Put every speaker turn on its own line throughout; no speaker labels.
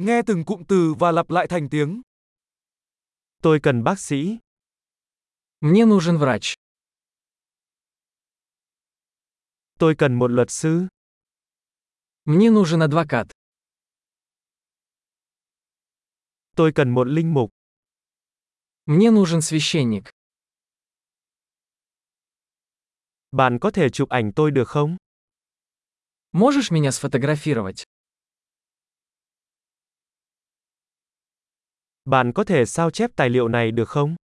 Nghe từng cụm từ và lặp lại thành tiếng.
Tôi cần bác sĩ.
Мне нужен врач.
Tôi cần một luật sư.
Мне нужен адвокат.
Tôi cần một linh mục.
Мне нужен священник.
Bạn có thể chụp ảnh tôi được không?
Можешь меня сфотографировать?
Bạn có thể sao chép tài liệu này được không?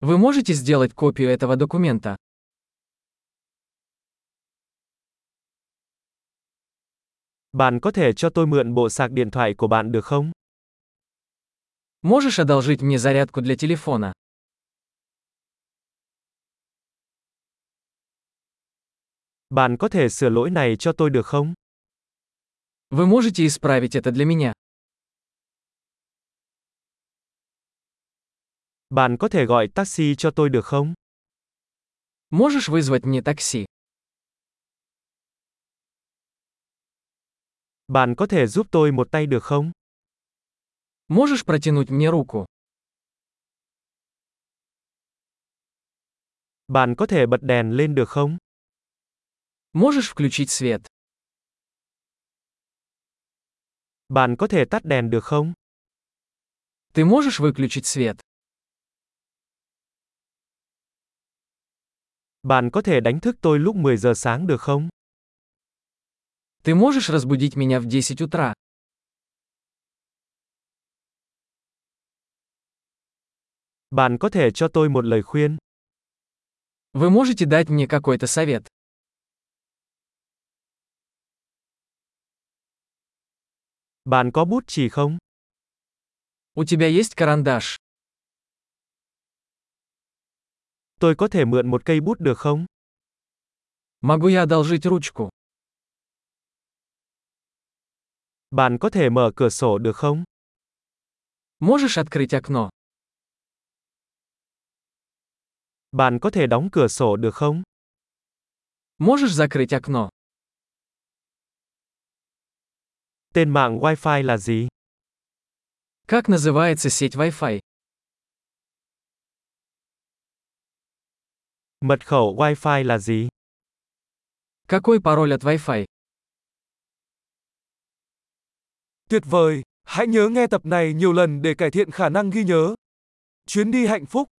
Вы можете сделать копию этого документа?
Bạn có thể cho tôi mượn bộ sạc điện thoại của bạn được không?
Можешь одолжить мне зарядку для телефона?
Bạn có thể sửa lỗi này cho tôi được không?
Вы можете исправить это для меня?
Bạn có thể gọi taxi cho tôi được không?
Можешь вызвать мне такси?
Bạn có thể giúp tôi một tay được không?
Можешь протянуть мне руку?
Bạn có thể bật đèn lên được không?
Можешь включить свет?
Bạn có thể tắt đèn được không?
Ты можешь выключить свет?
Bạn có thể đánh thức tôi lúc 10 giờ sáng được không?
Ты можешь разбудить меня в 10 утра?
Bạn có thể cho tôi một lời khuyên.
Вы можете дать мне какой-то совет?
Bạn có bút chì không?
У тебя есть карандаш?
Tôi có thể mượn một cây bút được không?
Могу я одолжить ручку?
Bạn có thể mở cửa sổ được không?
Можешь открыть окно?
Bạn có thể đóng cửa sổ được không?
Можешь закрыть окно?
Tên mạng Wi-Fi là gì?
Как называется сеть Wi-Fi?
Mật khẩu Wi-Fi là gì?
Какой пароль от Wi-Fi?
Tuyệt vời! Hãy nhớ nghe tập này nhiều lần để cải thiện khả năng ghi nhớ. Chuyến đi hạnh phúc!